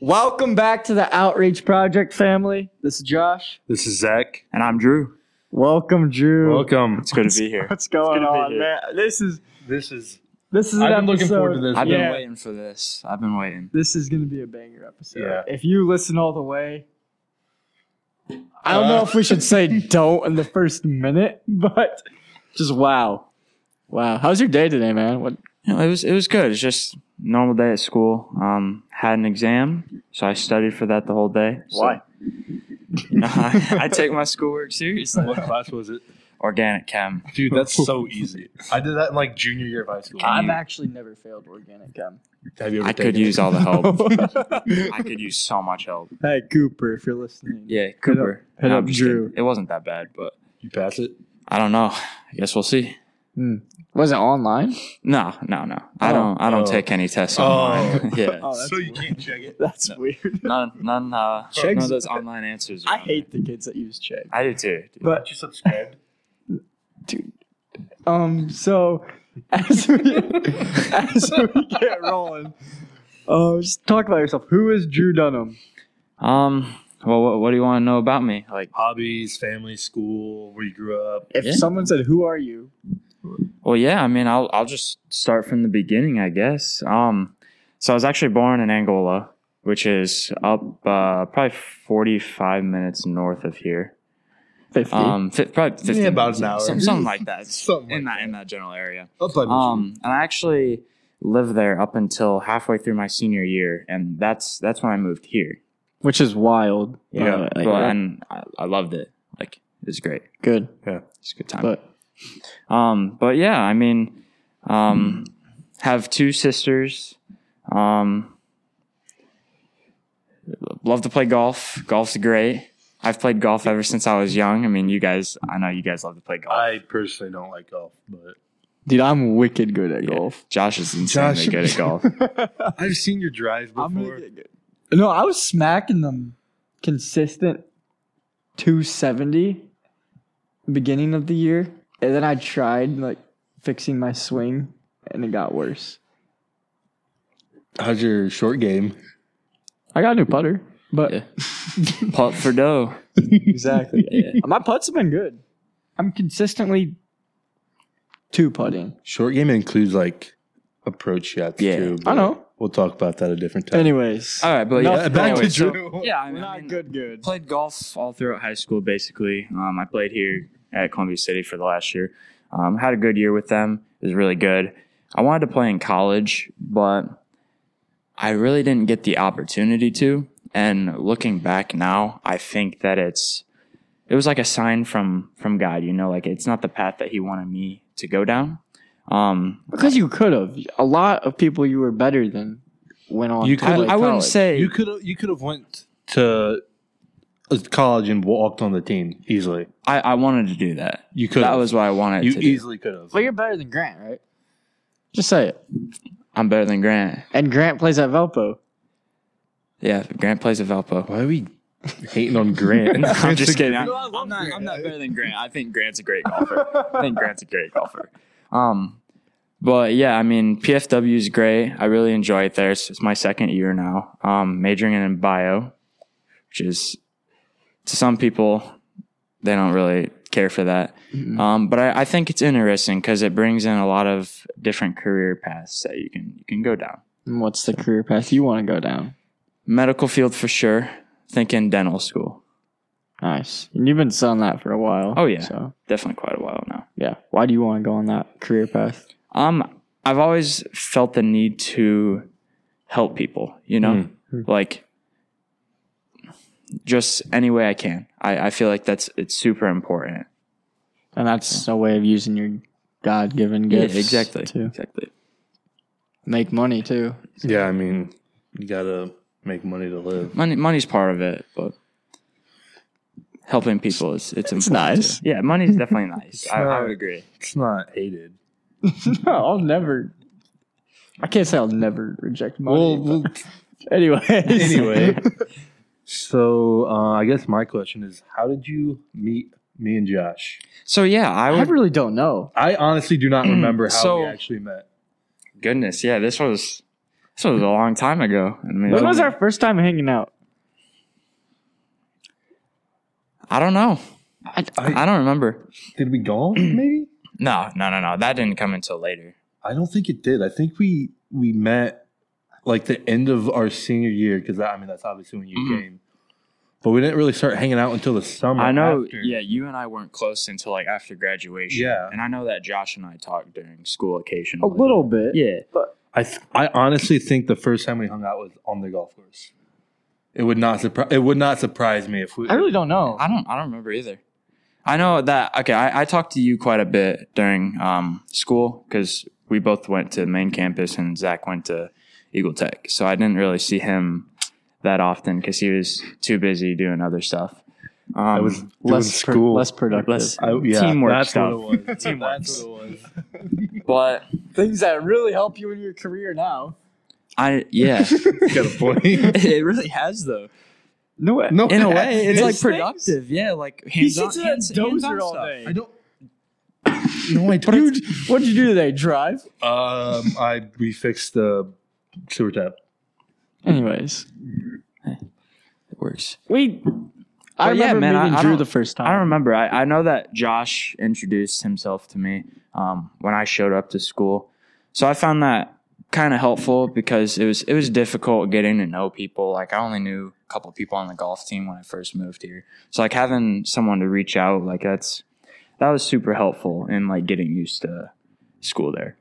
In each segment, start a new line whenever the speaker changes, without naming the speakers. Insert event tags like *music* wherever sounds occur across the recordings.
Welcome back to the Outreach Project family. This is Josh.
This is Zach.
And I'm Drew.
Welcome, Drew.
Welcome.
It's good to be here.
What's going
It's good to be
on,
here.
man? This is
This is.
this is. An
I've been looking forward to
episode-
this.
I've been
Yeah.
waiting for this. I've been waiting.
This is going to be a banger episode.
Yeah.
If you listen all the way, I don't know
Uh.
if we should say don't in the first minute, but just wow, wow. How's your day today, man? What?
You know, it was it was good. It's just normal day at school. Um, had an exam, so I studied for that the whole day. So, You know, I, I take my schoolwork seriously.
What class was it?
Organic chem.
Dude, that's so easy. I did that in like junior year of high school.
Can you-
actually never failed
*laughs*
organic chem.
Have you
I could use all
*laughs*
the help.
Oh.
hey,
I could use so much help.
Cooper, if you're listening.
Yeah, Cooper.
hit
No, I'm
up
just
Drew.
kidding. It wasn't that bad, but
You pass it?
I don't know. I guess we'll see.
Was it online?
No, no, no. I
Hmm. Oh.
don't. I don't
Oh.
take any tests
Oh.
online. *laughs* yeah,
Oh, that's
so you
weird.
can't check it.
That's weird.
none, none, uh,
Check-
none of those online answers. are
I
on
hate the kids that use Chegg.
there. I do too. dude.
But
you
*laughs*
subscribed?
Um, so as we, as we get rolling, uh, just talk about yourself. Who is Drew Dunham?
Um. Well, what, what do you want to know about me? Like,
Hobbies, family, school, where you grew up.
If
Yeah.
someone said, "Who are you?"
well, yeah. I mean, I'll I'll just start from the beginning, I guess. Um. So I was actually born in Angola, which is up uh, probably forty five minutes north of here.
Fifty.
Um, fi- probably 15
Yeah, about an
minutes,
hour.
some- something like
*laughs*
that.
Something
in
like
that, in that general area.
Up by
Um, and I actually lived there up until halfway through my senior year, and that's that's when I moved here.
Which is wild.
Yeah,
Uh, like,
But- and I, I loved it. Like it was great.
good.
It's a good time.
But
Um, but yeah, I mean, um, have two sisters. Um, love to play golf. Golf's great. I've played golf ever since I was young. I mean, you guys, I know you guys love to play golf.
I personally don't like golf, but
dude, I'm wicked good at
Yeah.
golf.
Josh is insanely
Josh-
good at *laughs* golf.
I've seen your drives before.
I'm gonna get good. No, I was smacking them consistent 270 beginning of the year, and then I tried like fixing my swing, and it got worse.
How's your short game?
I got a new putter, but
Yeah. Putt for dough.
exactly. *laughs*
Yeah.
My putts have been good. I'm consistently two putting.
Short game includes like approach shots
Yeah.
too.
I know. Uh,
We'll talk about that a different time.
Anyways,
All right, but
No,
yeah,
back to
anyway, so-
Drew.
yeah, I
I'm
mean,
not
I mean,
good. Good.
played golf all throughout high school basically um, i played here at columbia city for the last year um, had a good year with them it was really good i wanted to play in college but i really didn't get the opportunity to and looking back now i think that it's it was like a sign from from god you know like it's not the path that he wanted me to go down um
Because you could have. A lot of people you were better than went on.
You
to
could-
I,
play
I wouldn't
college.
say
You could you could have went to a college and walked on the team easily.
I, I wanted to do that
You could.
that was what i wanted
you
to do.
easily could have.
But you're better than Grant, right? Just say it.
i'm better than grant
And Grant plays at Valpo.
yeah grant plays at valpo
Why are we hating
*laughs*
on Grant?
I'm just kidding. I'm,
No, I love
I'm not, I'm
Grant.
not better than Grant. I think Grant's a great golfer. I think Grant's a great golfer. Um, but yeah, I mean, PFW is great. I really enjoy it there. It's, it's my second year now. Um, majoring in bio, which is to some people, they don't really care for that.
Mm-hmm.
Um, but I, I think it's interesting because it brings in a lot of different career paths that you can you can go down.
And what's the career path you want to go down?
Medical field for sure. Thinking dental school,
Nice. And you've been selling that for a while.
Oh, yeah.
So
definitely quite a while now.
yeah. Why do you want to go on that career path?
Um, I've always felt the need to help people, you know,
Hmm.
like just any way I can. I, I feel like that's it's super important.
And that's a way of using your God given gifts.
exactly,
To
exactly.
make money too.
yeah, I mean, you gotta make money to live.
Money, money's part of it, but helping people is it's,
It's
important
nice.
too. Yeah, money's
*laughs*
definitely nice. I, I
not-
would agree.
It's not hated.
no, I'll never. I can't say I'll never reject money.
Well,
but anyways.
anyway. so uh, I guess my question is, how did you meet me and Josh?
So yeah,
*laughs*
I
I
would.
really don't know.
*clears throat*
I honestly do not remember how
So-
we actually met.
Goodness, yeah, this was. This was a long time ago. I mean,
When was our first time hanging out?
I don't know. I,
I-
I don't remember.
Did we golf? *clears throat* Maybe.
No, no, no, no. That didn't come until later.
I don't think it did. I think we we met like the end of our senior year because I mean that's obviously when you
Mhm.
came, but we didn't really start hanging out until the summer.
I know.
after.
Yeah, you and I weren't close until like after graduation.
Yeah.
and I know that Josh and I talked during school
A
occasionally.
little bit.
Yeah.
I th- I honestly think the first time we hung out was on the golf course. It would not surprise. It would not surprise me if we.
I really don't know.
I don't. I don't remember either. I know that. Okay, I, I talked to you quite a bit during um, school because we both went to main campus and Zach went to Eagle Tech. So I didn't really see him that often because he was too busy doing other stuff. Um,
I was doing
Less pro-
school.
less productive.
less
I, yeah,
teamwork
that's
stuff.
What it was.
Teamwork.
That's what it was.
But
Things that really help you in your career now.
I
*laughs*
yeah, *laughs*
Got a point.
it really has though.
No way.
*laughs* No,
In a way, it's like
Things-
productive. Yeah, like hands
He sits
on,
in that
hands, hands on
dozer all
stuff.
day.
I don't. No, I don't.
Dude, what'd you do today? Drive?
Um, I we fixed the sewer tap.
Anyways.
It works. Um,
We I
But yeah,
remember
man, I-
meeting
I
Drew
don't-
the first time.
I don't remember. I, I know that Josh introduced himself to me um, when I showed up to school. So I found that kind of helpful because it was it was difficult getting to know people. Like I only knew a couple people on the golf team when I first moved here. So like having someone to reach out, like that's that was super helpful in like getting used to school there.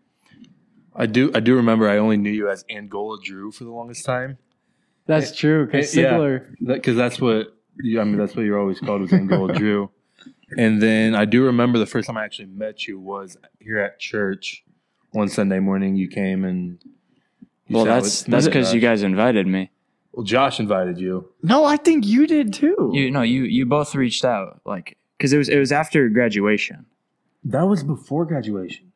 I do. I do remember. I only knew you as Angola Drew for the longest time.
That's true. Because
Yeah.
Sigler,
because that's what you, I mean. That's what you're always called was *laughs* Angola Drew. And then I do remember the first time I actually met you was here at church one Sunday morning. You came and you
well,
sat
that's
with-
that's because you guys invited me.
Well, Josh invited you.
No, I think you did too.
You know, you you both reached out like because it was it was after graduation.
That was before graduation.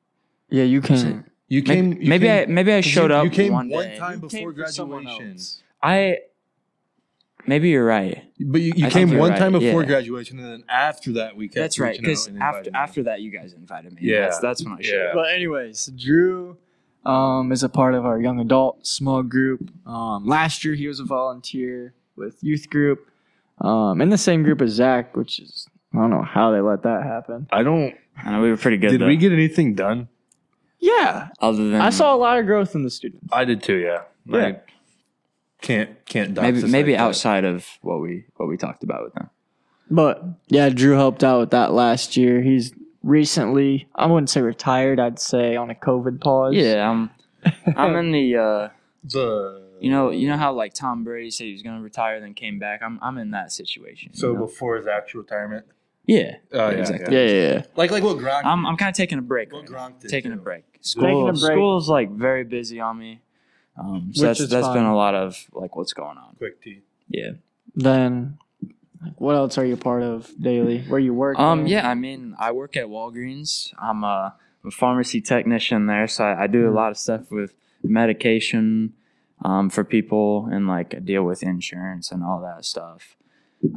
yeah, you can.
Maybe-
You
Maybe,
came. you came-
I maybe I showed
you,
up
You came
one,
one,
day.
time
You came
before
for someone
graduation.
else.
I maybe you're right.
But you,
I
you
think
came
you're
one
right,
time before
yeah.
graduation, and then after that we kept.
That's right.
reaching out
Because
and
after
inviting you.
after that, you guys invited me.
Yeah.
that's, that's when I showed.
Yeah.
up.
But anyways, Drew um, is a part of our young adult small group. Um, last year, he was a volunteer with youth group, um, in the same group as Zach, which is I don't know how they let that happen.
I don't.
I know we were pretty good.
Did
though,
we get anything done?
Yeah,
other than
I saw a lot of growth in the students.
I did too. Yeah.
Like,
can't can't dox
maybe
us
maybe
like that.
outside of what we what we talked about with them.
But yeah, Drew helped out with that last year. He's recently, I wouldn't say retired. I'd say on a COVID pause.
Yeah, *laughs* I'm I'm in the uh,
The
you know you know how like Tom Brady said he was gonna retire then came back. I'm I'm in that situation.
so
you know?
before his actual retirement.
yeah, yeah,
Oh
exactly.
yeah, yeah. yeah.
Like like what Gronk.
I'm I'm kind of taking a break.
Well,
right now.
Gronk did
Taking a
too.
break.
a
School
break.
school's like very busy on me. Um,
Which
so that's
is
that's been
fine.
a lot of like what's going on.
quick *laughs* tea.
Yeah.
Then, what else are you a part of daily? Where you work?
Um,
man?
yeah, I mean, I work at Walgreens. I'm a, I'm a pharmacy technician there, so I, I do
Mm-hmm.
a lot of stuff with medication um, for people and like I deal with insurance and all that stuff.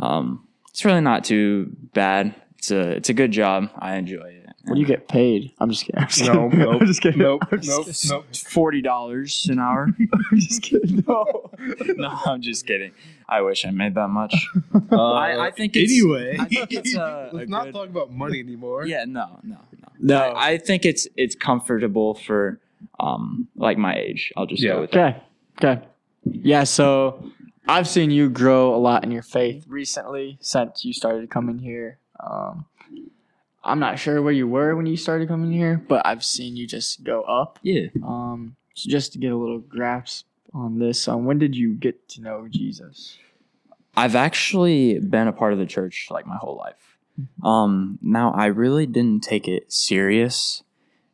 Um, it's really not too bad. It's a it's a good job. I enjoy it.
What do you get paid? I'm just kidding. I'm just
No,
kidding.
nope,
I'm just kidding.
nope,
I'm just
nope,
kidding.
nope.
Forty dollars an hour. *laughs*
I'm just kidding. No.
*laughs*
no, I'm just kidding. I wish I made that much.
Uh,
I, I think it's,
anyway,
I think it's a, a
*laughs* let's not
good-
talk about money anymore.
Yeah, no, no, no.
*laughs* No.
I, I think it's it's comfortable for um like my age. I'll just
Yeah.
go with that.
Okay. Okay. Yeah. So I've seen you grow a lot in your faith recently since you started coming here. Um, I'm not sure where you were when you started coming here, but I've seen you just go up.
Yeah.
Um, so just to get a little grasp on this, um, when did you get to know Jesus?
I've actually been a part of the church like my whole life. Um now I really didn't take it serious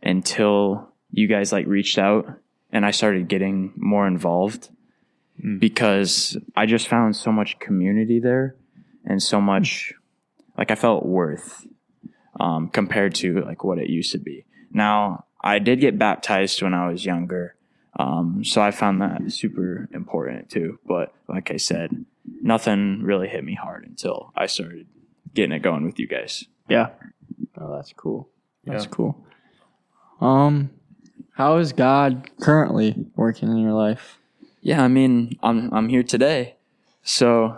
until you guys like reached out and I started getting more involved
Mm.
because I just found so much community there and so much like I felt worth um compared to like what it used to be. Now, I did get baptized when I was younger. Um so I found that super important too, but like I said, nothing really hit me hard until I started getting it going with you guys.
Yeah. Oh, that's cool. That's
Yeah.
cool. Um, how is God currently working in your life?
Yeah, I mean, I'm I'm here today, so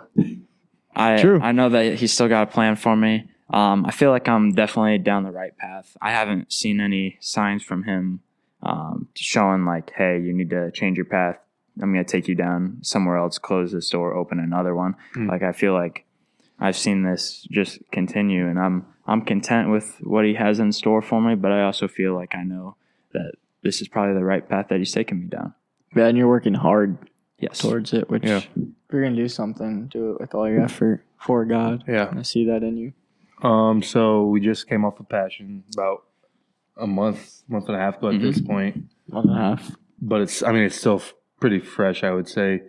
I
True.
I know that he's still got a plan for me. Um, I feel like I'm definitely down the right path. I haven't seen any signs from him um, showing like, hey, you need to change your path. I'm gonna take you down somewhere else, close this door, open another one.
Hmm.
Like I feel like I've seen this just continue, and I'm I'm content with what he has in store for me. But I also feel like I know that this is probably the right path that he's taking me down.
Yeah, and you're working hard
Yes.
towards it, which
Yeah.
if you're gonna do something, do it with all your effort for God.
Yeah.
And I see that in you.
Um, so we just came off of Passion about a month, month and a half ago
Mm.
at
Mm-hmm.
this point,
One and a
Uh,
half.
but it's, I mean, it's still f- pretty fresh, I would say.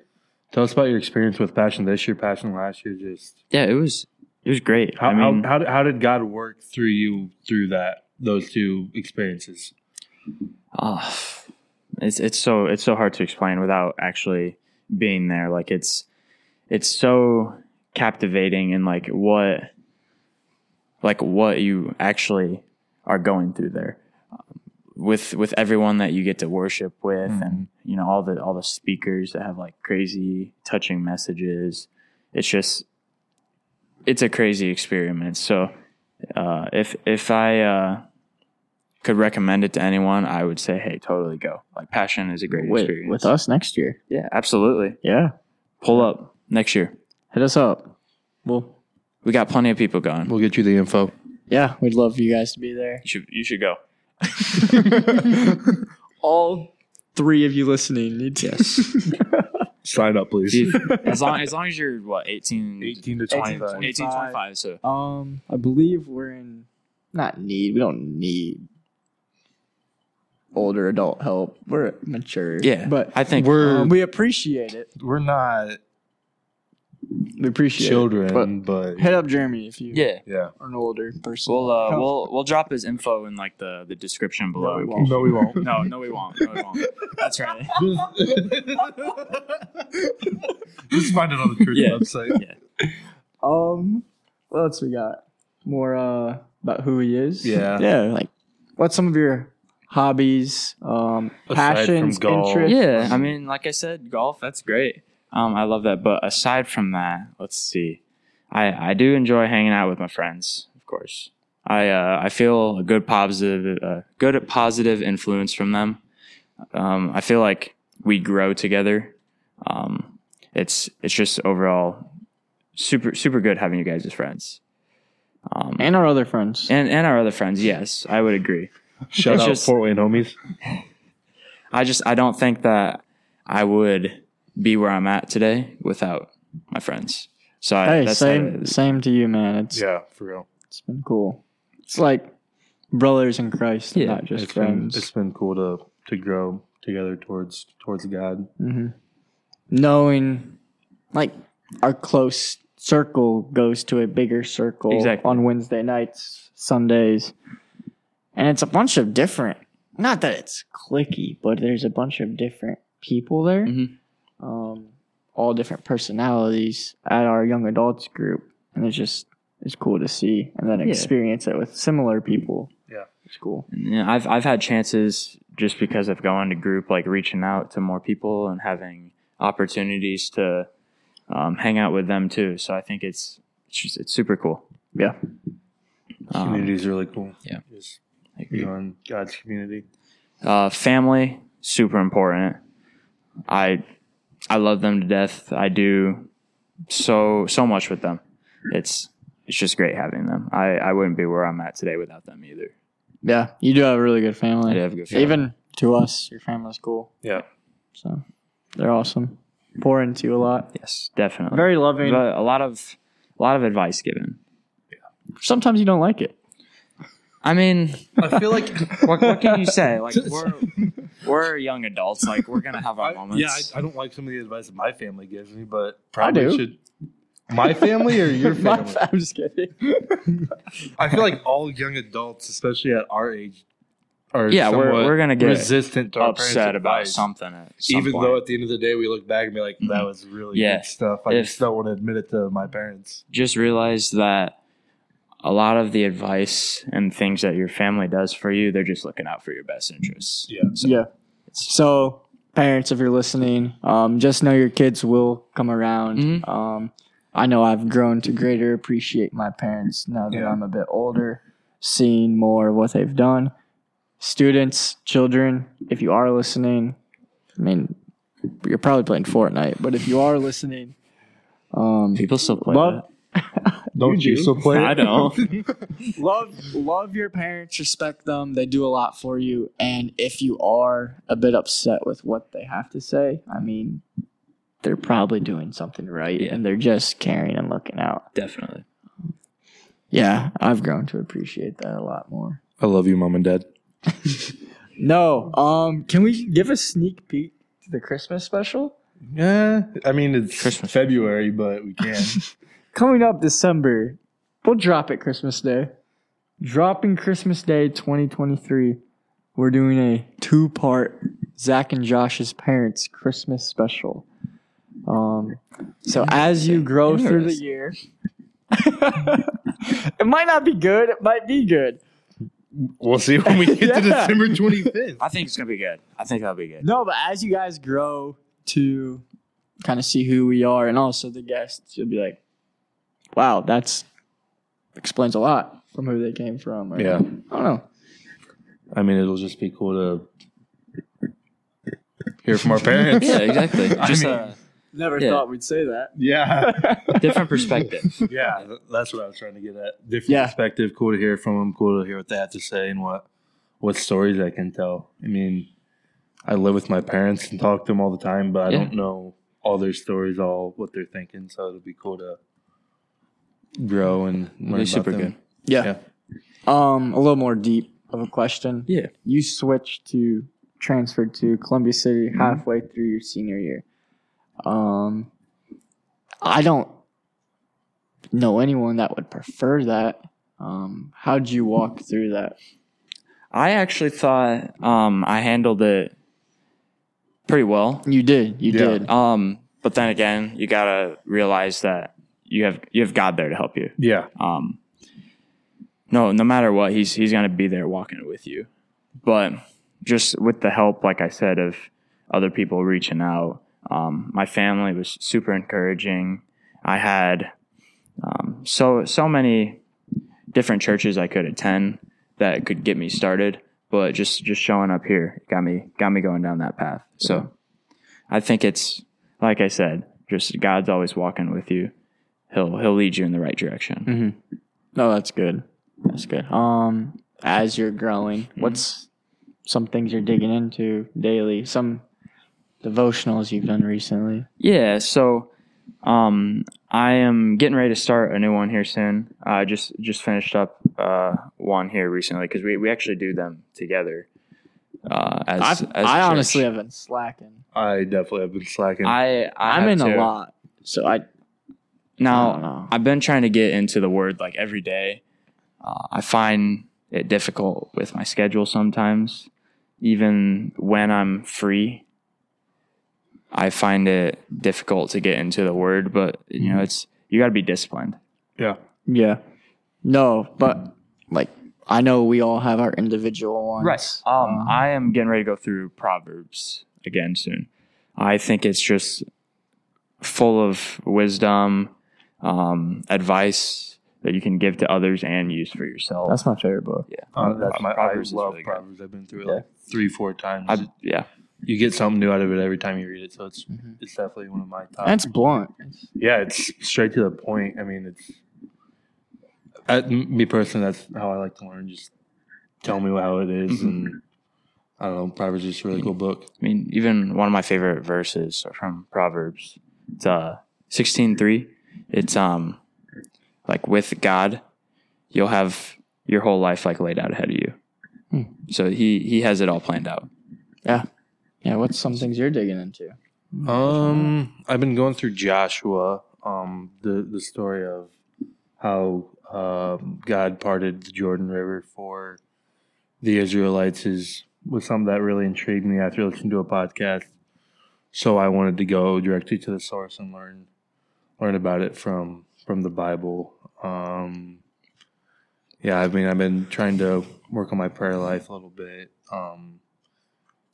Tell us about your experience with Passion this year, Passion last year. Just
Yeah, it was it was great.
how,
I mean,
how, how, did- how did God work through you through that, those two experiences?
ah, it's it's so it's so hard to explain without actually being there. Like it's it's so captivating and like what like what you actually are going through there Um, with with everyone that you get to worship with and you know all the all the speakers that have like crazy touching messages it's just it's a crazy experiment so uh if if i uh could recommend it to anyone i would say hey totally go like passion is a great
With,
experience
with us next year.
yeah absolutely
Yeah.
pull up next year
Hit us up. Well,
we got plenty of people going
We'll get you the info.
yeah, we'd love you guys to be there.
you should you should go
all three of you listening need to.
Sign up, please. *laughs*
as long as long as you're what 18
18 to
25.
25.
18 25 so
um, I believe we're in not need. We don't need older adult help. We're mature.
yeah
but
i think
We're
um, we appreciate it.
We're not.
We appreciate
children,
But-
but,
it. Hit up Jeremy if you
yeah
yeah.
are an older person.
we'll uh we'll we'll drop his info in like the the description below
we won't.
No, we *laughs* won't.
no no we won't no we won't that's right
Just find it on the church
Yeah.
website.
Um, what else we got? More uh about who he is.
Yeah.
yeah. Like, what's some of your hobbies, um,
Aside from
passions,
golf.
interests?
yeah
*laughs*
i mean like i said golf that's great um i love that but aside from that let's see i i do enjoy hanging out with my friends of course i uh i feel a good positive uh, good positive influence from them um i feel like we grow together um it's it's just overall super super good having you guys as friends um
And our other friends.
and, and our other friends yes i would agree
Shout
It's
out
just-
Fort Wayne homies.
I just I don't think that I would be where I'm at today without my friends. So I,
Hey,
that's
same
how-
same to you, man. It's
Yeah, for real.
it's been cool. It's like brothers in Christ,
Yeah,
not just
It's been,
friends.
it's been cool to to grow together towards towards God.
hmm Knowing, like, our close circle goes to a bigger circle
Exactly.
on Wednesday nights, Sundays, and it's a bunch of different. Not that it's clicky, but there's a bunch of different people there,
Mhm.
um, all different personalities at our young adults group, and it's just it's cool to see and then
Yeah.
experience it with similar people.
Yeah.
it's cool.
you know, I've I've had chances just because of going to group, like reaching out to more people and having opportunities to um, hang out with them too. So I think it's it's, just, it's super cool.
Yeah.
Um,
Community is really cool.
yeah.
Just
I agree.
you know, in God's community.
Uh, family, super important. I I love them to death. I do so so much with them. It's it's just great having them. I, I wouldn't be where I'm at today without them either.
Yeah, you do have a really good family.
I do have a good family.
Even to us, your family's cool.
Yeah.
So they're awesome. Pour into you a lot.
Yes, definitely.
Very loving.
But a lot of a lot of advice given.
Sometimes you don't like it.
I mean,
I feel like
*laughs* what, what can you say?
*laughs*
Like we're we're young adults. Like we're gonna have our moments.
yeah, I, I don't like some of the advice that my family gives me, but
I do.
probably should. My family
*laughs*
or
*laughs*
your
My
family?
fa- I'm just kidding.
I feel like all young adults, especially at our age, are
Yeah, we're-
somewhat
we're gonna get
resistant to our
upset
parents'
about
advice.
something. At some
Even
point.
though at the end of the day we look back and be like, that
Mhm.
was really
Yeah.
good stuff. I
If-
just don't want to admit it to my parents.
just realize that a lot of the advice and things that your family does for you, they're just looking out for your best interests.
Yeah.
So
yeah.
it's-
So parents, if you're listening, um, just know your kids will come around.
Mhm.
Um, I know I've grown to greater appreciate my parents now that
Yeah.
I'm a bit older, seeing more of what they've done. Students, children, if you are listening, I mean, you're probably playing Fortnite, but if you are listening, um,
People still play
love
that.
Don't you, still play?
I don't.
*laughs*
love love your parents respect them they do a lot for you and if you are a bit upset with what they have to say i mean they're probably doing something right
Yeah.
and they're just caring and looking out
Definitely.
yeah i've grown to appreciate that a lot more
I love you, mom and dad.
no um can we give a sneak peek to the christmas special
Yeah, Eh, I mean it's
Christmas.
February, but
*laughs*
we can.
coming up december we'll drop it christmas day dropping christmas day 2023 we're doing a two part Zach and Josh's parents Christmas special. Um, so as you grow through the
Interesting.
year, *laughs* it might not be good. It might be good.
we'll see when *laughs* we get to
Yeah.
December 25th.
I think it's gonna be good. I think that'll be good.
No, but as you guys grow to kind of see who we are and also the guests, you'll be like, wow, that's explains a lot from who they came from. or- I
Yeah,
don't know.
I mean it'll just be cool to hear from our parents.
Yeah, exactly. *laughs*
I
Just
mean-
a
Never
Yeah.
thought we'd say that.
*laughs* yeah,
different perspective.
yeah,
*laughs*
th- that's what I was trying to get at. Different
Yeah.
perspective. Cool to hear from them. Cool to hear what they have to say and what what stories I can tell. I mean, I live with my parents and talk to them all the time, but I
Yeah.
don't know all their stories, all what they're thinking. So it'll be cool to uh, grow and learn.
They're
About
super
them.
good.
Yeah. Um, a little more deep of a question.
Yeah.
You switched to transferred to Columbia City halfway through your senior year. Um, I don't know anyone that would prefer that. Um, how'd you walk through that?
I actually thought um, I handled it pretty well.
You did. You
Yeah.
did.
Um, but then again, you gotta realize that you have you have God there to help you.
Yeah,
Um, no, no matter what, he's he's gonna be there walking it with you. But just with the help, like I said, of other people reaching out, um, my family was super encouraging. I had um, so so many different churches I could attend that could get me started, but just just showing up here got me got me going down that path. So I think it's like I said, just God's always walking with you. He'll he'll lead you in the right direction.
No, that's good. Mm-hmm. That's good. Um, as you're growing, what's some things you're digging into daily? Some devotionals you've done recently.
Yeah, so um, I am getting ready to start a new one here soon. I just just finished up uh, one here recently because we, we actually do them together. Uh, as,
I've,
as a
I
church.
honestly have been slacking.
I definitely have been slacking.
I, I
I'm
have
in a
too.
lot. So I I don't
now.
know.
I've been trying to get into the word like every day. Uh, I find it difficult with my schedule sometimes, even when I'm free. I find it difficult to get into the word, but you
Mm-hmm.
know it's you got to be disciplined.
yeah,
Yeah. No, but like I know we all have our individual ones.
Um,
Uh-huh.
I am getting ready to go through Proverbs again soon. I think it's just full of wisdom, um, advice that you can give to others and use for yourself.
That's my favorite book.
yeah.
Uh, that's
Uh,
my.
Proverbs is
I love
really good.
Proverbs. I've been through it like three, four times.
I, yeah.
you get something new out of it every time you read it. So it's
Mm-hmm.
Mhm.
it's definitely one of my top.
And it's blunt.
Yeah, it's straight to the point. I mean, it's I, m- me personally. That's how I like to learn. Just tell me how it is,
Mhm.
and I don't know. Proverbs is just a really cool book.
I mean, even one of my favorite verses are from Proverbs. It's uh sixteen three. It's um like with God, you'll have your whole life like laid out ahead of you.
Hmm.
So he he has it all planned out.
Yeah, what's some things you're digging into?
Um, I've been going through Joshua. Um, the the story of how um, God parted the Jordan River for the Israelites is was something that really intrigued me after listening to a podcast. So I wanted to go directly to the source and learn learn about it from from the Bible. Um, yeah, I mean, I've been trying to work on my prayer life a little bit. Um,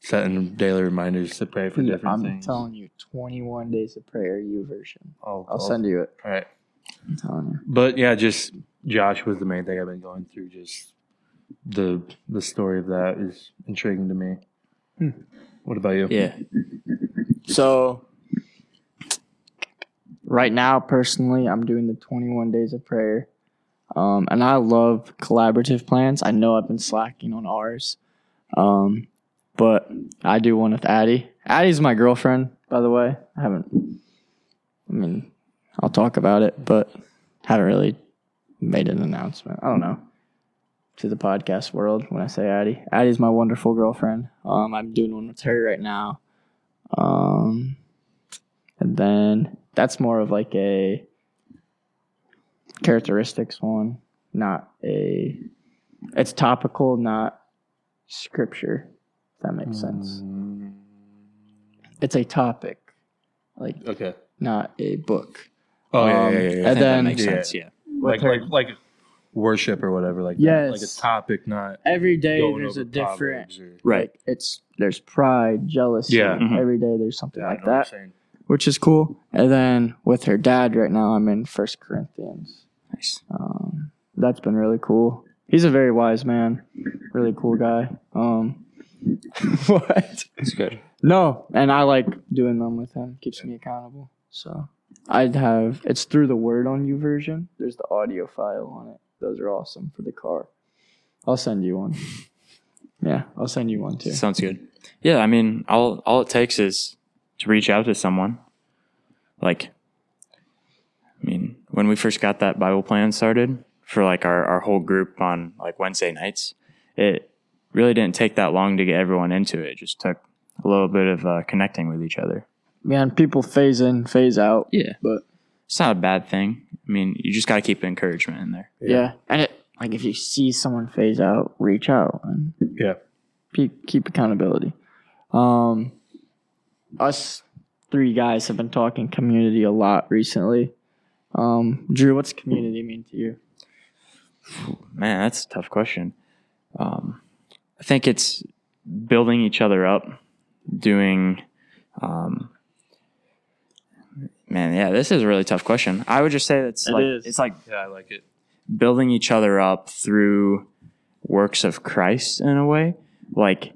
setting daily reminders to pray for different
I'm
things.
telling you, 21 days of prayer, you version.
I'll,
I'll send you it.
All right.
Oh. I'm telling you.
But yeah, just Josh was the main thing I've been going through. Just the the story of that is intriguing to me.
Hmm.
What about you?
Yeah.
So, right now, personally, I'm doing the 21 days of prayer. Um, and I love collaborative plans. I know I've been slacking on ours. Um, but I do one with Addie. Addie's my girlfriend, by the way. I haven't, I mean, I'll talk about it, but haven't really made an announcement. I don't know. To the podcast world, when I say Addie, Addie's my wonderful girlfriend. Um, I'm doing one with her right now. Um, and then that's more of like a characteristics one, not a. It's topical, not scripture. If that makes sense.
Mm,
It's a topic, like
Okay.
not a book.
Oh yeah,
Um,
yeah, yeah, yeah.
and then-
that makes
Yeah.
sense. Yeah.
like
her-
like like worship or whatever. Like that.
Yes.
like a topic, not
Every day
going
there's
over
a different.
Proverbs or-
Right.
like, it's there's pride, jealousy.
Yeah.
Mhm.
Every day there's something
Mm-hmm. Yeah, I
like
know what you're
that.
saying.
which is cool. And then with her dad right now, I'm in First Corinthians.
Nice.
Um, that's been really cool. He's a very wise man, really cool guy. Um, *laughs* what?
That's good.
No, and I like doing them with him. Keeps me accountable. So I'd have it's through the Word on You version. There's the audio file on it. Those are awesome for the car. I'll send you one. *laughs* Yeah, I'll send you one too.
Sounds good. Yeah, I mean, all all it takes is to reach out to someone. Like, I mean, when we first got that Bible plan started for like our our whole group on like Wednesday nights, it really didn't take that long to get everyone into it. It just took a little bit of uh, connecting with each other.
Man, people phase in, phase out.
Yeah,
But-
it's not a bad thing. I mean, you just got to keep encouragement in there.
Yeah. And it, like if you see someone phase out, reach out and
Yeah.
keep, keep accountability. Um, us three guys have been talking community a lot recently. Um, Drew, what's community mean to you?
Man, that's a tough question. Um, I think it's building each other up, doing. Um, man, yeah, this is a really tough question. I would just say it's
It
like
is.
it's like
Yeah, I like it.
building each other up through works of Christ in a way, like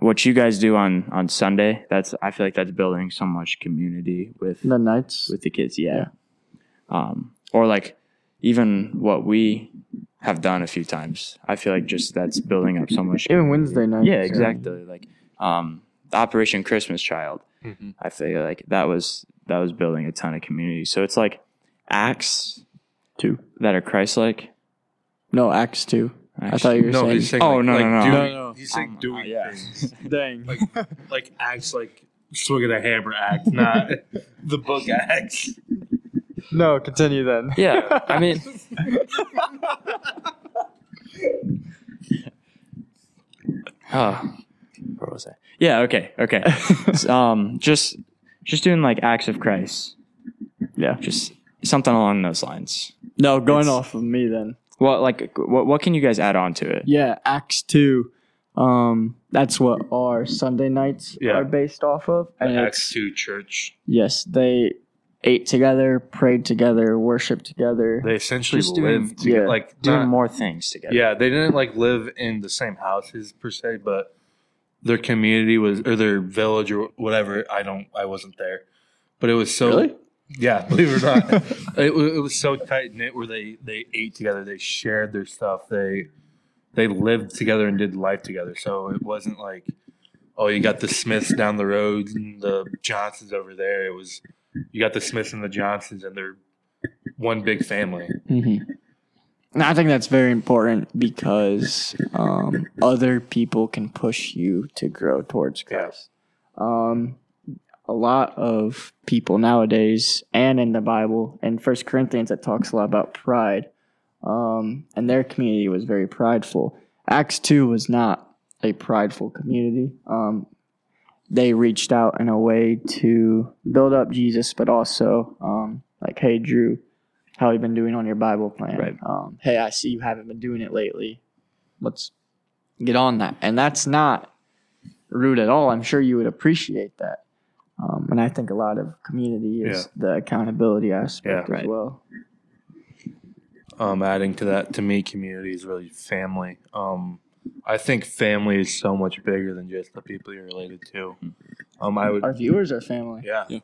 what you guys do on on Sunday. That's I feel like that's building so much community with
The Knights.
with the kids yeah, Um, or like even what we have done a few times i feel like just that's building up so much
Even Wednesday night.
yeah exactly like um, operation christmas child
Mhm.
i feel like that was that was building a ton of community so it's like acts
Two.
that are christ-like
No, Acts two. I thought you were
No,
saying.
he's saying.
Oh,
like,
no,
like
no, no.
doing-
No,
He's saying
Um,
doing
yeah.
things.
Dang.
Like, like acts like swinging a hammer act, not the book acts.
no, continue then.
yeah *laughs* i mean oh where was i yeah okay okay *laughs* um just just doing like acts of christ
Yeah.
just something along those lines
No, going
It's-
off of me then.
Well, like, what, what can you guys add on to it?
Yeah, Acts two. Um, that's what our Sunday nights
Yeah.
are based off of. And it's-
Acts two church.
Yes, they ate together, prayed together, worshiped together.
They essentially
Just doing-
lived together.
yeah,
like
Doing
not-
more things together.
Yeah, they didn't like live in the same houses per se, but their community was or their village or whatever. I don't. I wasn't there, but it was so. Yeah, *laughs* believe it or not, it, wa- it was so tight knit where they they ate together, they shared their stuff, they they lived together and did life together. So it wasn't like, oh, you got the Smiths down the road and the Johnsons over there. It was you got the Smiths and the Johnsons and they're one big family.
Mm-hmm. And I think that's very important because um, other people can push you to grow towards
Yeah.
Christ. Um, a lot of people nowadays, and in the Bible, in First Corinthians, it talks a lot about pride, um, and their community was very prideful. Acts two was not a prideful community. Um, they reached out in a way to build up Jesus, but also um, like, hey, Drew, how you been doing on your Bible plan?
Right.
Um, hey, I see you haven't been doing it lately. Let's get on that. And that's not route at all, I'm sure you would appreciate that. Um, and I think a lot of community is the accountability aspect
Yeah.
as
Right.
well.
um, adding to that, to me, community is really family. Um, I think family is so much bigger than just the people you're related to. Um, I would,
Our viewers are family.
yeah.
Yeah.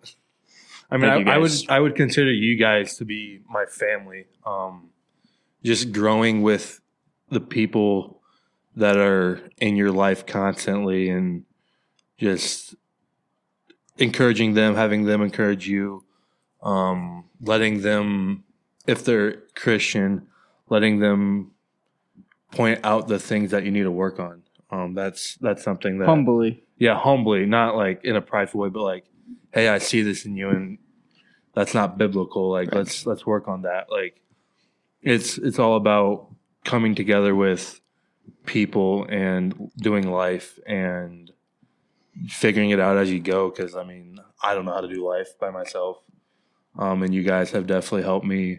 I mean,
Thank you
I, I would,
guys.
I would consider you guys to be my family. Um, just growing with the people that are
*laughs*
in your life constantly, and just encouraging them, having them encourage you, um, letting them, if they're Christian, letting them point out the things that you need to work on. Um, that's that's something that
Humbly.
yeah, humbly, not like in a prideful way, but like, hey, I see this in you, and that's not biblical. Like, let's let's work on that. Like, it's it's all about coming together with people and doing life and figuring it out as you go. Because I mean, I don't know how to do life by myself, um, and you guys have definitely helped me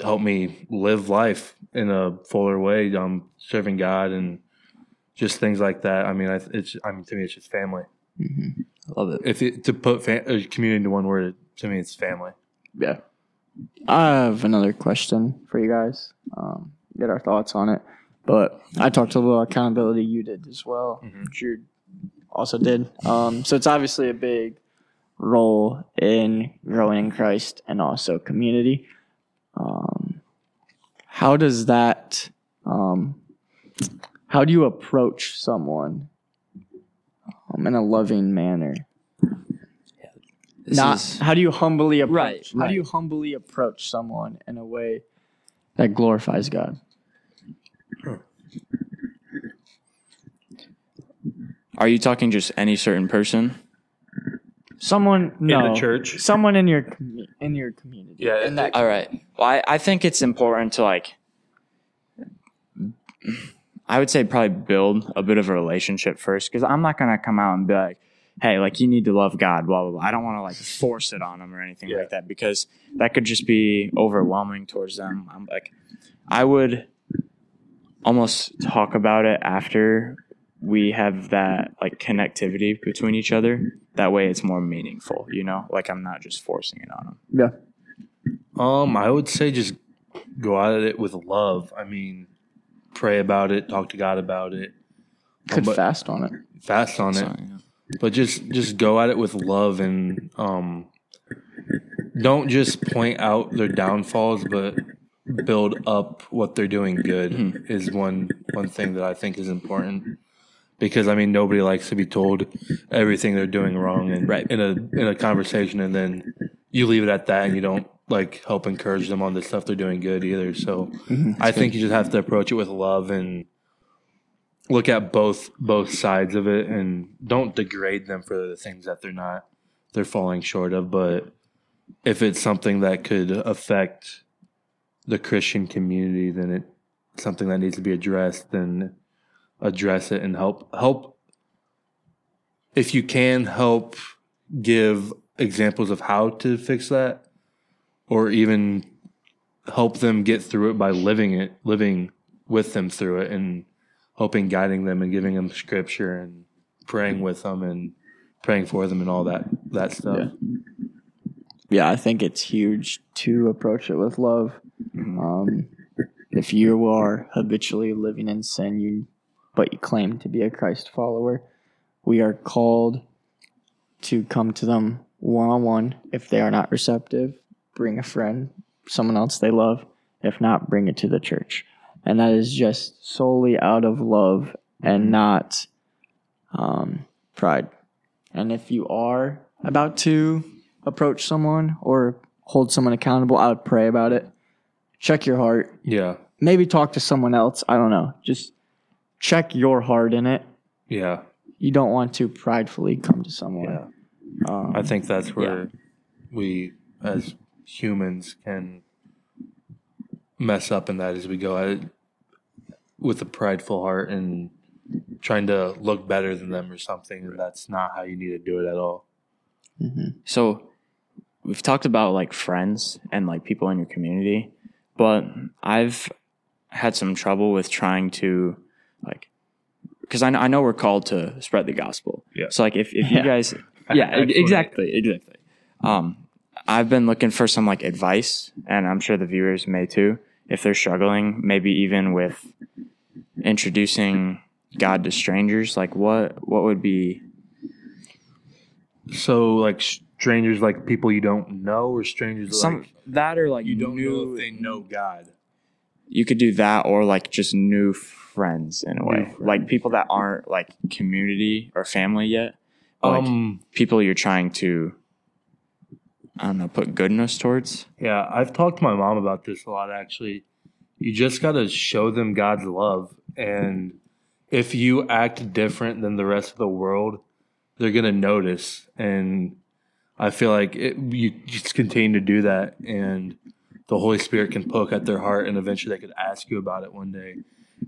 help me live life in a fuller way. Um, serving God and just things like that. I mean, I, it's I mean to me, it's just family.
Mm-hmm. I love it.
If it, to put fam- uh, community into one word, to me, it's family.
Yeah. I have another question for you guys. Um, get our thoughts on it. But I talked a little accountability. You did as well.
Mhm.
Jude also did. Um, so it's obviously a big role in growing in Christ and also community. Um, how does that? Um, how do you approach someone um, in a loving manner?
This
not
is-
how do you humbly approach
Right,
how do you humbly approach someone in a way that glorifies god
are you talking just any certain person?
someone no
the church?
someone in your commu- in your community
Yeah,
in that
All right. Well, I, I think it's important to like. I would say probably build a bit of a relationship first, because I'm not gonna come out and be like, "Hey, like you need to love God." Blah blah. blah. I don't want to like force it on them or anything
Yeah.
like that, because that could just be overwhelming towards them. I'm like, I would almost talk about it after we have that like connectivity between each other. That way, it's more meaningful. You know, like I'm not just forcing it on them.
yeah
Um, I would say just go at it with love. I mean, pray about it, talk to God about it,
could
But-
fast on it
fast on
So,
it,
yeah.
but just just go at it with love and um, don't just point out their downfalls, but build up what they're doing good is one one thing that I think is important. Because I mean, nobody likes to be told everything they're doing wrong, and
Right.
in a in a conversation, and then you leave it at that, and you don't like help encourage them on the stuff they're doing good either. So I think you just have to approach it with love and look at both both sides of it, and don't degrade them for the things that they're not they're falling short of. But if it's something that could affect the Christian community, then it something that needs to be addressed, then address it and help help if you can help give examples of how to fix that or even help them get through it by living it living with them through it and helping guiding them and giving them scripture and praying with them and praying for them and all that that stuff
Yeah. yeah i think it's huge to approach it with love um, if you are habitually living in sin you but you claim to be a christ follower we are called to come to them one-on-one if they are not receptive bring a friend someone else they love if not bring it to the church and that is just solely out of love and not um, pride and if you are about to approach someone or hold someone accountable, I would pray about it. Check your heart.
yeah
Maybe talk to someone else. I don't know. Just check your heart in it.
yeah
You don't want to pridefully come to
yeah
someone. Um,
I think that's where we as humans can mess up in that as we go at it with a prideful heart and trying to look better than them or something. And that's not how you need to do it at all.
mhm.
So we've talked about like friends and like people in your community, but I've had some trouble with trying to like because I know, I know we're called to spread the gospel.
Yeah.
So like if, if you
Yeah.
guys, yeah,
Excellent.
e- exactly, exactly. Um, I've been looking for some like advice, and I'm sure the viewers may too if they're struggling, maybe even with introducing God to strangers. Like what what would be
So like strangers, like people you don't know, or strangers
some
like
that or like
you don't
new,
know if they know God.
you could do that or like just new friends in a
New
way like people that aren't like community or family yet but, like
Um,
people you're trying to i don't know put goodness towards
yeah, I've talked to my mom about this a lot actually. You just gotta show them God's love, and if you act different than the rest of the world, they're gonna notice. And I feel like it, you just continue to do that, and the Holy Spirit can poke at their heart, and eventually they could ask you about it one day,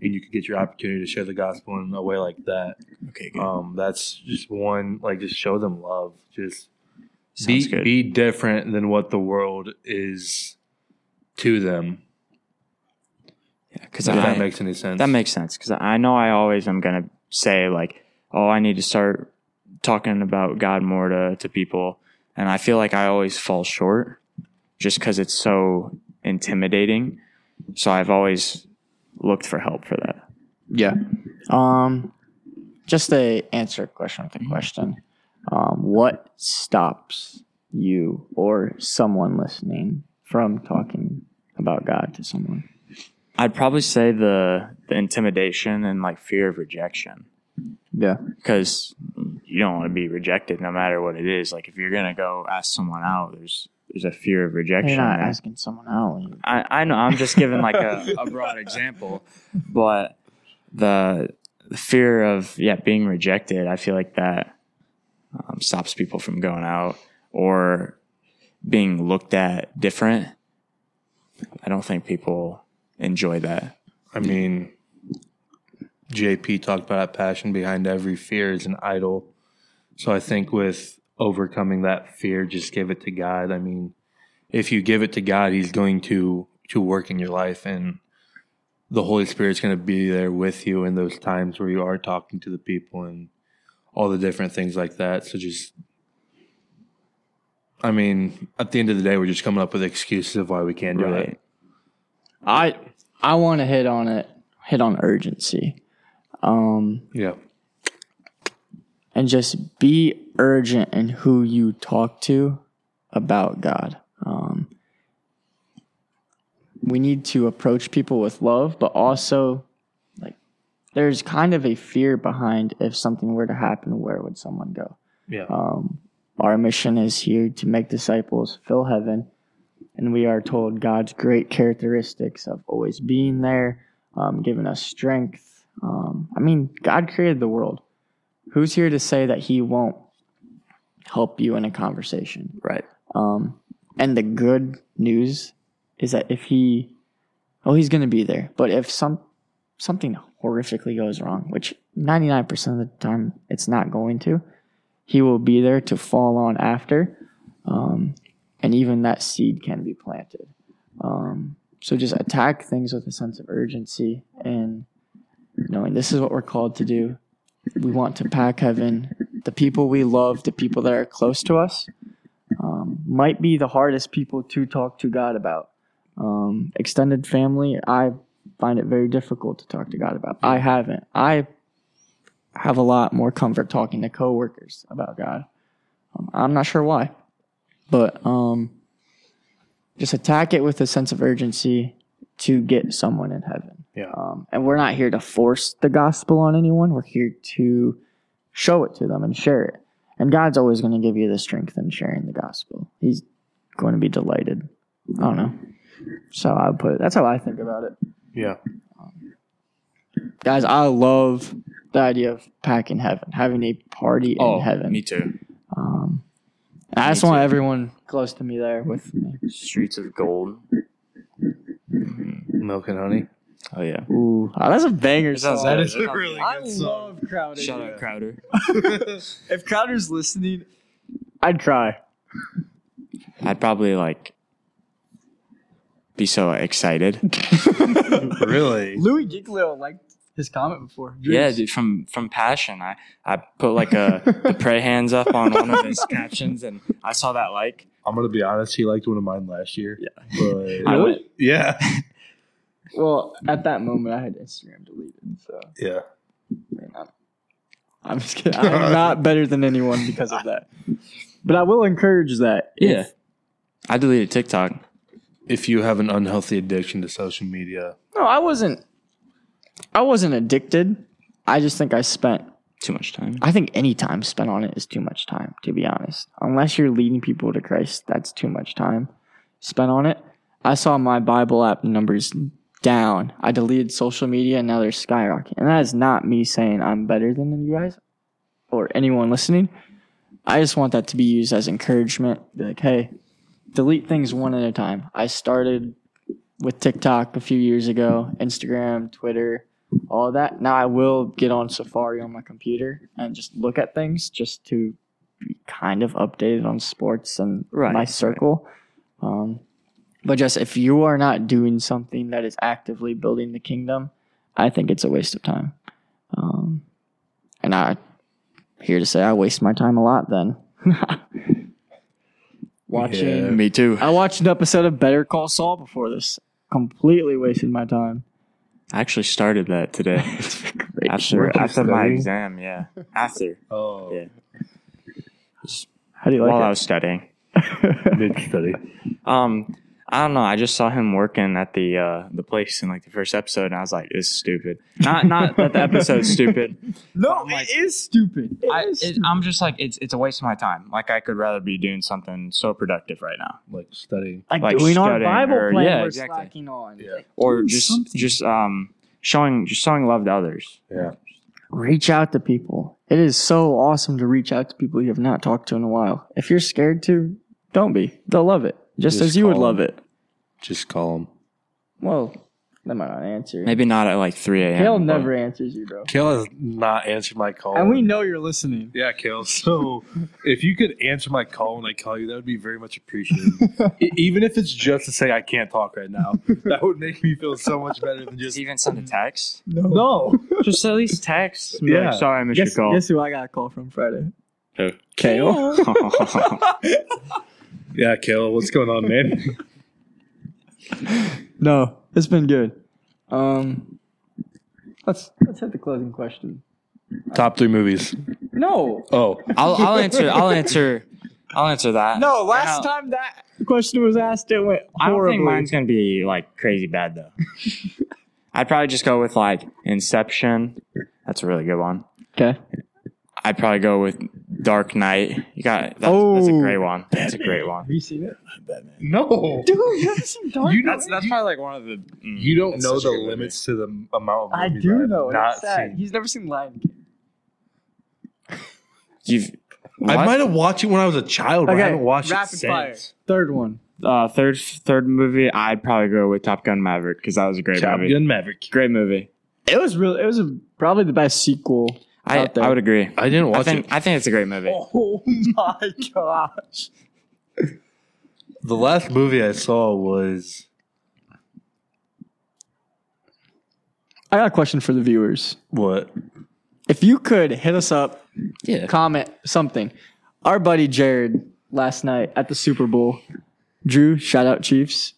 and you could get your opportunity to share the gospel in a way like that.
okay
Um, that's just one like just show them love. Just
sounds
be
good
be different than what the world is to them.
because
If
that,
that makes any sense.
Uh, that makes sense because i know i always am gonna say like oh i need to start talking about god more to, to people and i feel like i always fall short just because it's so intimidating so i've always looked for help for that
Yeah. Um, just to answer question with a question, um, what stops you or someone listening from talking about God to someone?
I'd probably say the the intimidation and like fear of rejection
Yeah.
because you don't want to be rejected no matter what it is. Like if you're gonna go ask someone out, there's there's a fear of rejection.
You're not
there.
asking someone out.
I, I know I'm just giving like
*laughs*
a, a broad example, but the the fear of yeah being rejected, I feel like that um, stops people from going out or being looked at different. I don't think people enjoy that.
I mean, JP talked about passion behind every fear is an idol. So I think with overcoming that fear, just give it to God. I mean, if you give it to God, He's going to to work in your life, and the Holy Spirit's going to be there with you in those times where you are talking to the people and all the different things like that. So just. I mean, at the end of the day, we're just coming up with excuses of why we can't do it.
I I want to hit on it, hit on urgency, um,
Yeah.
and just be urgent in who you talk to about God. Um, we need to approach people with love, but also like there's kind of a fear behind if something were to happen, where would someone go?
Yeah.
Um, our mission is here to make disciples, fill heaven, and we are told God's great characteristics of always being there, um, giving us strength. Um, I mean, God created the world. Who's here to say that He won't help you in a conversation?
Right.
Um, and the good news is that if he, oh, he's going to be there. But if some something horrifically goes wrong, which ninety nine percent of the time it's not going to, he will be there to fall on after, um, and even that seed can be planted. Um, so just attack things with a sense of urgency and knowing this is what we're called to do. We want to pack heaven. The people we love, the people that are close to us, um, might be the hardest people to talk to God about. Um, extended family, I find it very difficult to talk to God about. I haven't. I have a lot more comfort talking to coworkers about God. Um, I'm not sure why, but um, just attack it with a sense of urgency to get someone in heaven.
Yeah.
Um, and we're not here to force the gospel on anyone. We're here to show it to them and share it. And God's always going to give you the strength in sharing the gospel. He's going to be delighted. I don't know. So I would put it. That's how I think about it
Yeah.
guys i love the idea of packing heaven having a party
Oh,
in heaven
me too.
um and i
me
just want
too.
everyone close to me there with me
Streets of gold.
Milk and honey.
Oh yeah.
ooh oh, that's a banger
That sounds
song.
That
Yeah,
is
that's
a
not-
really
i
good song.
love crowder
Shout out Crowder.
if crowder's listening i'd cry
I'd probably like be so excited.
really?
louis giglio liked his comment before.
*laughs* Yeah,
Drew's.
dude, from from Passion, I I put like a *laughs* the pray hands up on one of *laughs* his captions, and I saw that like.
*laughs* I'm gonna be honest. He liked one of mine last year. Yeah.
I
Really?
went,
yeah.
Well, at that moment, I had
*laughs*
Instagram deleted, so
Yeah.
man, I'm- I'm just kidding. I'm not better than anyone because of that. But I will encourage that.
yeah, I deleted TikTok.
If you have an unhealthy addiction to social media,
No, I wasn't. I wasn't addicted. I just think I spent.
Too much time.
I think any time spent on it is too much time, to be honest. Unless you're leading people to Christ, that's too much time spent on it. I saw my Bible app numbers down. I deleted social media and now they're skyrocketing. And that is not me saying I'm better than you guys or anyone listening. I just want that to be used as encouragement. Be like, hey, delete things one at a time. I started with TikTok a few years ago, Instagram, Twitter, all that. Now I will get on Safari on my computer and just look at things just to be kind of updated on sports and
Right,
my
right.
circle. Um, but just if you are not doing something that is actively building the kingdom, I think it's a waste of time. Um, and I here to say I waste my time a lot then. *laughs* Watching
Yeah.
Me too.
I watched an episode of Better Call Saul before this. Completely wasted my time.
I actually started that *laughs* today
Great
after
show.
after my
Studying?
exam. Yeah, *laughs* after
oh,
Yeah.
How do you
while I
like
was studying.
*laughs* it?
mid study.
Um, I don't know. I just saw him working at the uh, the place in like the first episode, and I was like, "This is stupid." Not not that the episode's stupid.
no,
I'm like-
is stupid. It
I,
is
it, I'm just like, it's it's a waste of my time. Like, I could rather be doing something so productive right now,
Like studying.
like,
like
doing our
studying
Bible
or-
plan
yeah,
we're
exactly.
slacking on.
Yeah.
or
Doing
just
something.
just um showing just showing love to others.
Yeah.
Reach out to people. It is so awesome to reach out to people you have not talked to in a while. If you're scared to, don't be. They'll love it. Just,
Just
as you would
call
love
them.
it.
Just call him.
Well, they might not answer.
Maybe not at like 3 a.m.
Kale
but-
never answers you, bro.
Kale has not answered my call.
And we know you're listening.
Yeah, Kale. So if you could answer my call when I call you, that would be very
*laughs*
much appreciated. E- Even if it's just to say I can't talk right now, that would make me feel so much better than
Just
just
even send a text.
no.
just at least text.
Yeah.
Like, Sorry, I missed
*laughs* Guess,
your call.
guess who I got a call from Friday?
Who?
Kale.
Yeah, Kale, what's going
*laughs*
on, man?
No, it's been good. Um, let's let's hit the closing question.
Top three movies.
No,
Oh,
I'll, I'll answer. I'll answer. I'll answer that.
no. Last
No.
time that question was asked, it went
I don't think
horribly.
mine's gonna be like crazy bad
*laughs*
though. I'd probably just go with like Inception. That's a really good one.
okay.
I'd probably go with Dark Knight. You got that's, that's a
Oh.
great one. That's a great one.
Have you seen it,
no.
dude? You haven't seen Dark
You
Knight?
That's that's probably like one of the. mm,
You don't
that's
know
such
the
a good movie.
limits to the amount of
I
movies
do
have
know. and
Not
It's sad.
seen.
He's never seen Lion King.
You've.
I
what?
might have watched it when I was a child, but I haven't watched it
rapid
since.
fire. Third one.
Uh, third third movie. I'd probably go with Top Gun Maverick because that was a great
Top
movie.
Gun Maverick.
Great movie.
It was really. It was a, probably the best sequel.
I
Out there.
I would agree.
I didn't
I
watch
think
it.
I think it's a great movie.
Oh my *laughs* gosh!
The last movie I saw was
I got a question for the viewers.
what?
If you could hit us up
Yeah.
comment something. Our buddy Jared last night at the Super Bowl. Drew, shout out Chiefs.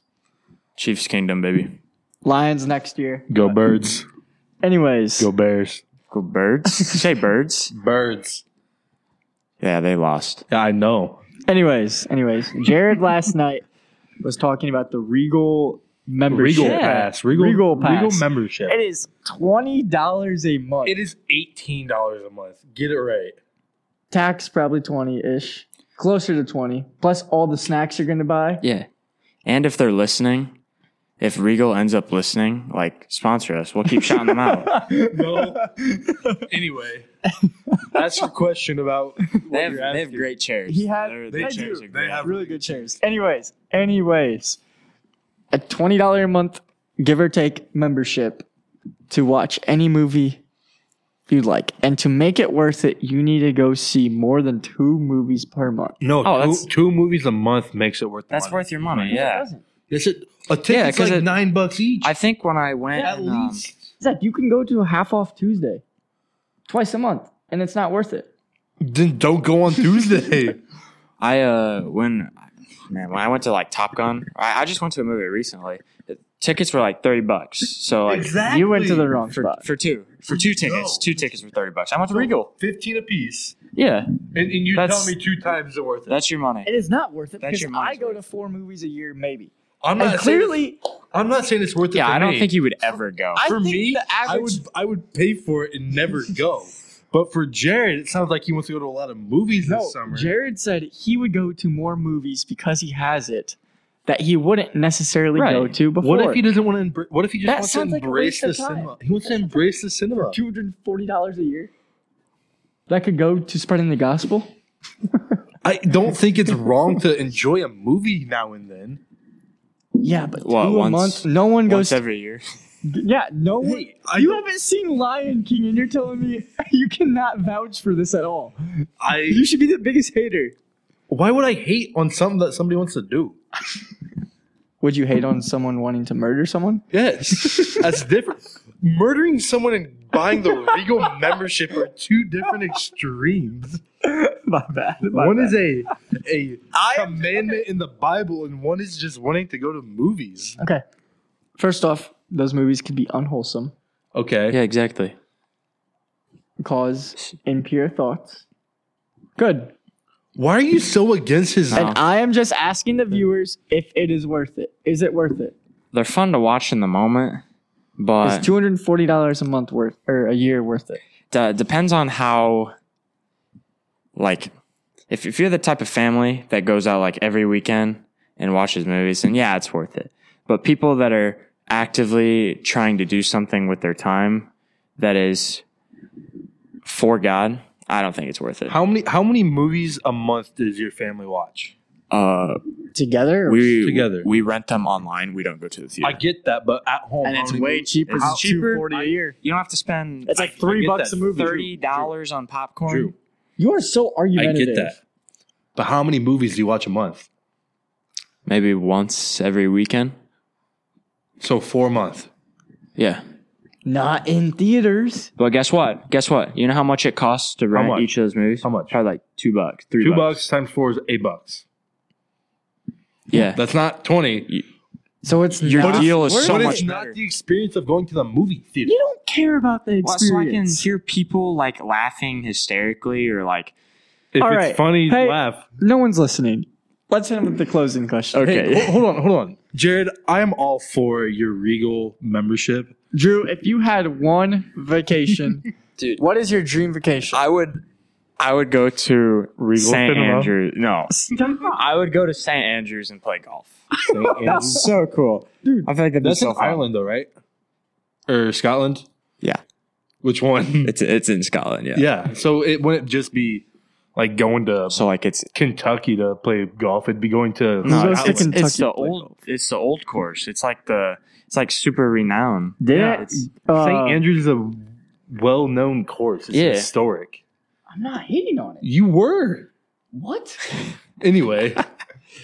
Chiefs Kingdom, baby.
Lions next year.
Go birds.
Anyways,
Go bears.
Go
*laughs*
birds. Did you say birds.
Birds.
Yeah, they lost.
Yeah, I know.
anyways, anyways. Jared
*laughs*
last night was talking about the Regal membership.
Regal pass. Regal,
Regal pass.
Regal membership.
It is twenty dollars a month.
It is eighteen dollars a month. Get it right.
Tax probably twenty ish, closer to twenty. Plus all the snacks you're gonna buy.
Yeah. And if they're listening, if Regal ends up listening, like sponsor us. We'll keep shouting them
*laughs*
out.
No. anyway, ask your question about. What
*laughs* They have,
you're
they have
asking.
great chairs.
He had-
Their-
they
their
do.
chairs are
They
great. *laughs*
have-
really good chairs. Anyways, anyways, a twenty dollar a month, give or take, membership to watch any movie you'd like, and to make it worth it, you need to go see more than two movies per month.
No,
Oh,
two-
that's-
two movies a month makes it worth. The
That's
money.
worth your money. Yeah.
This is a ticket's
'cause
like
it-
nine bucks each.
I think when I went,
at
and, um,
least.
Zach, you can go to a half off Tuesday twice a month, and it's not worth it.
Then don't go on
*laughs*
Tuesday.
I uh when man when I went to like Top Gun, I, I just went to a movie recently. The tickets were like thirty bucks. So like
exactly.
You went to the wrong
for
spot.
for two for two tickets, two tickets for thirty bucks. I went to Regal.
fifteen apiece,
Yeah,
and, and you
That's-
tell me two times the worth. It.
that's your money.
It is not worth it
That's
because
your
I
money's
go
worth.
to four movies a year, maybe.
I'm
And
not clearly.
clearly,
I'm not saying it's worth it.
Yeah,
for
I don't
me.
think you would ever go.
I
for
think
me,
the average.
I would I would pay for it and never
*laughs*
go. But for Jared, it sounds like he wants to go to a lot of movies
no,
this summer.
Jared said he would go to more movies because he has it that he wouldn't necessarily
Right.
go to before.
what if he doesn't want to? Embr- what if he just
That
wants to
sounds like a
embrace the
waste of time.
cinema? He wants to embrace the cinema.
two hundred and forty dollars a year? That could go to spreading the gospel.
I don't think it's wrong to enjoy a movie now and then.
Yeah, but
What,
two a
once-
month. No one
Once
goes.
every year.
yeah, no one.
I
you
don't-
haven't seen Lion King, and you're telling me *laughs* you cannot vouch for this at all.
I
You should be the biggest hater.
why would I hate on something that somebody wants to do?
Would you hate on someone wanting to murder someone?
Yes, *laughs* that's different. Murdering someone and buying the Regal membership are two different *laughs* extremes.
*laughs* My bad.
One is a a commandment in the Bible, and one is just wanting to go to movies.
okay. First off, those movies could be unwholesome,
okay.
Yeah, exactly.
cause impure thoughts. Good.
Why are you so against his?
And I am just asking the viewers if it is worth it. Is it worth it?
They're fun to watch in the moment, but
Is two hundred and forty dollars a month worth or a year worth it?
d- depends on how like if, if you're the type of family that goes out like every weekend and watches movies then yeah it's worth it but people that are actively trying to do something with their time that is for god i don't think it's worth it
How many how many movies a month does your family watch?
uh
Together, or-
we
Together.
we rent them online we don't go to the theater
I get that, but at home,
and it's
how many
way
movies-
cheaper.
It's
than
cheaper.
$240 a year.
you don't have to spend
It's like
I-
three
get
bucks
that.
a movie.
thirty dollars on popcorn
Drew,
You are so
I
argumentative.
get that. But how many movies do you watch a month?
maybe once every weekend
So four a month.
yeah
Not in theaters.
But guess what? Guess what? You know how much it costs to rent
much?
each of those movies?
How much?
Probably like two bucks, three
Two
bucks.
bucks times four is eight bucks.
Yeah.
That's not twenty.
So it's
Your
not
deal is
worth
so
it.
but
much
it's not
better.
the experience of going to the movie theater.
You don't care about the
Well, so I can
experience.
hear people like laughing hysterically or like
If
All right.
it's funny,
Hey.
laugh.
no one's listening. Let's end with the closing question.
Okay.
Hey, ho- hold on, hold on, Jared. I am all for your Regal membership.
Drew, if you had one *laughs* vacation,
Dude.
what is your dream vacation?
would I would go to
Regal
St.
Cinema.
Andrews. *laughs* No. I would go to St. Andrews and play golf. *laughs*
That's
so cool.
Dude,
I feel like that'd be so
in
fun.
Ireland, though, right? Or Scotland?
Yeah.
Which one? *laughs*
It's it's in Scotland, yeah.
yeah. So it wouldn't just be like going to
So like it's
Kentucky to play golf. It'd be going
No,
to
no,
goes
it's,
to
it's,
Kentucky
the
to play
old it's the old course. It's like the it's like super renowned.
Did
yeah,
it?
it's-
Uh,
St. Andrews is a well-known course. It's
Yeah.
historic.
I'm not hating on it.
You were
What?
anyway.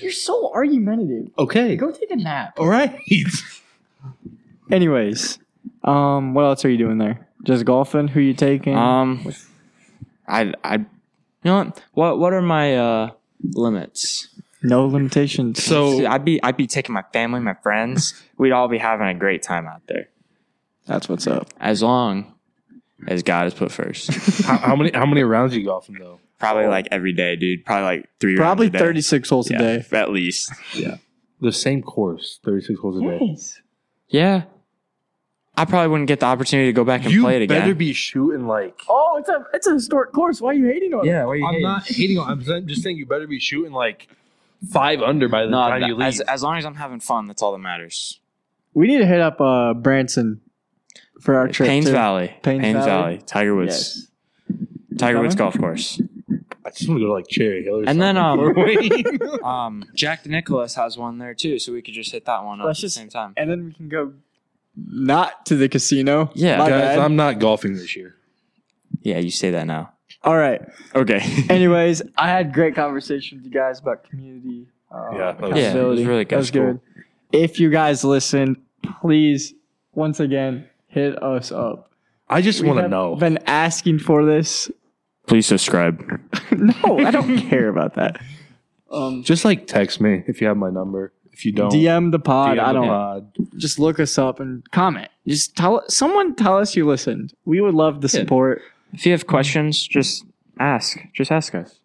You're so argumentative.
*laughs* Okay.
Go take a nap.
All right.
*laughs* Anyways, um, what else are you doing there? Just golfing? Who you taking?
Um, I, I, you know what? What, what are my uh, limits?
no limitations.
*laughs* See,
So
I'd be, I'd be taking my family, my friends. We'd all be having a great time out there,
That's what's up.
as long as God has put first.
how, how many how many rounds you golfing though?
Probably like every day, dude. Probably like three. rounds
Probably
a day.
36 holes
Yeah,
a day.
at least.
The same course, thirty-six holes a day.
Yes.
Yeah. I probably wouldn't get the opportunity to go back and
You
play it
better
again.
be shooting like.
Oh, it's a it's a historic course. Why are you hating on it?
yeah, why are you
I'm
hating?
not hating on. I'm s- just saying you better be shooting like five under by the
No,
time you
th-
leave.
as, as long as I'm having fun, that's all that matters.
We need to hit up uh, Branson for our trip.
Paynes
too.
Valley,
Paynes Valley?
Tiger Woods,
Yes.
Tiger Woods
Coming?
Golf Course.
I just want to go to like Cherry Hill or
And then, uh, *laughs*
something.
Um, Jack Nicholas has one there too, so we could just hit that one up
Let's
at
just-
the same time.
And then we can go not to the casino.
Yeah.
My
guys,
bad.
I'm not golfing this year.
Yeah, you say that now.
All right.
Okay.
Anyways, I had great conversation with you guys about community. Uh,
Oh, Yeah,
Yeah, it
that was-
was
accountability.
really good.
That was good. If you guys listened, please once again hit us up.
I just
We
want to
have
know.
Been asking for this.
*laughs*
*laughs*
Please subscribe.
No, I
*laughs*
don't care about that. *laughs* Um,
Just like text me if you have my number. If you don't,
DM the pod.
DM
I
the
don't.
pod.
Just look us up and comment. Just tell someone. Tell us you listened. We would love the support.
If you have questions, just ask. Just ask us.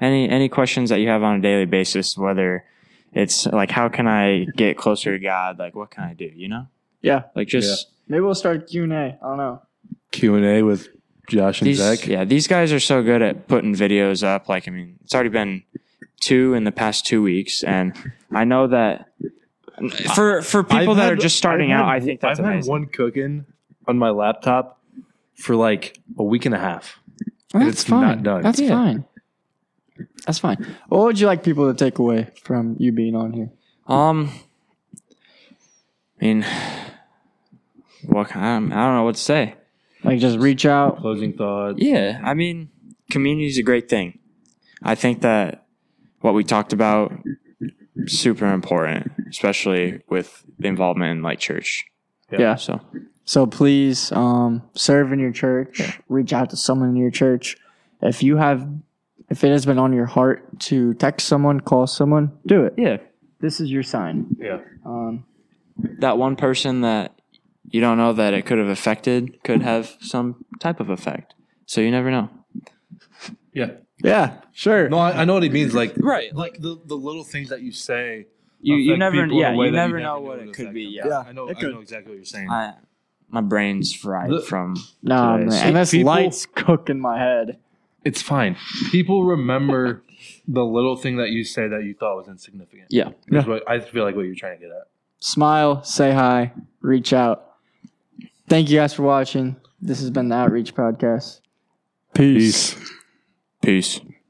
Any any questions that you have on a daily basis, whether it's like how can I get closer to God? Like what can I do? You know,
Yeah,
like just
maybe we'll start Q and A. I don't know.
Q and A with Josh and
these.
Zach.
Yeah, these guys are so good at putting videos up. Like I mean, it's already been two in the past two weeks, and I know that for for people that
I've had-
are just starting
I've
out,
had-
I think that's
I've had
amazing.
one cooking on my laptop for like a week and a half.
Well,
It's not done.
That's
Yeah.
fine. That's fine. What would you like people to take away from you being on here?
Um, I mean, what can I, I don't know what to say.
Like, just reach out.
Closing thoughts.
Yeah, I mean, community is a great thing. I think that what we talked about super important, especially with the involvement in like church.
Yeah.
Yeah.
So
So please um, serve in your church. Reach out to someone in your church. If you have, if it has been on your heart to text someone, call someone, do it.
yeah,
This is your sign.
Yeah.
Um,
that one person that you don't know that it could have affected could have some type of effect. So you never know.
Yeah.
yeah, sure.
No, I, I know what he means. Like
Right.
like the, the little things that you say.
You you
affect
never
people in a
yeah
way
you
that
never know what it
would
could
affect
be. Yeah.
them.
Yeah,
I know.
it
I
could.
know exactly what you're saying.
I, my brain's fried
The-
from
Nah,
today.
man.
So
And this
people-
light's cooking my head.
it's fine. People remember *laughs* the little thing that you say that you thought was insignificant.
Yeah.
Is what I feel like what you're trying to get at.
Smile, say hi, reach out. Thank you guys for watching. This has been the Outreach Podcast.
Peace.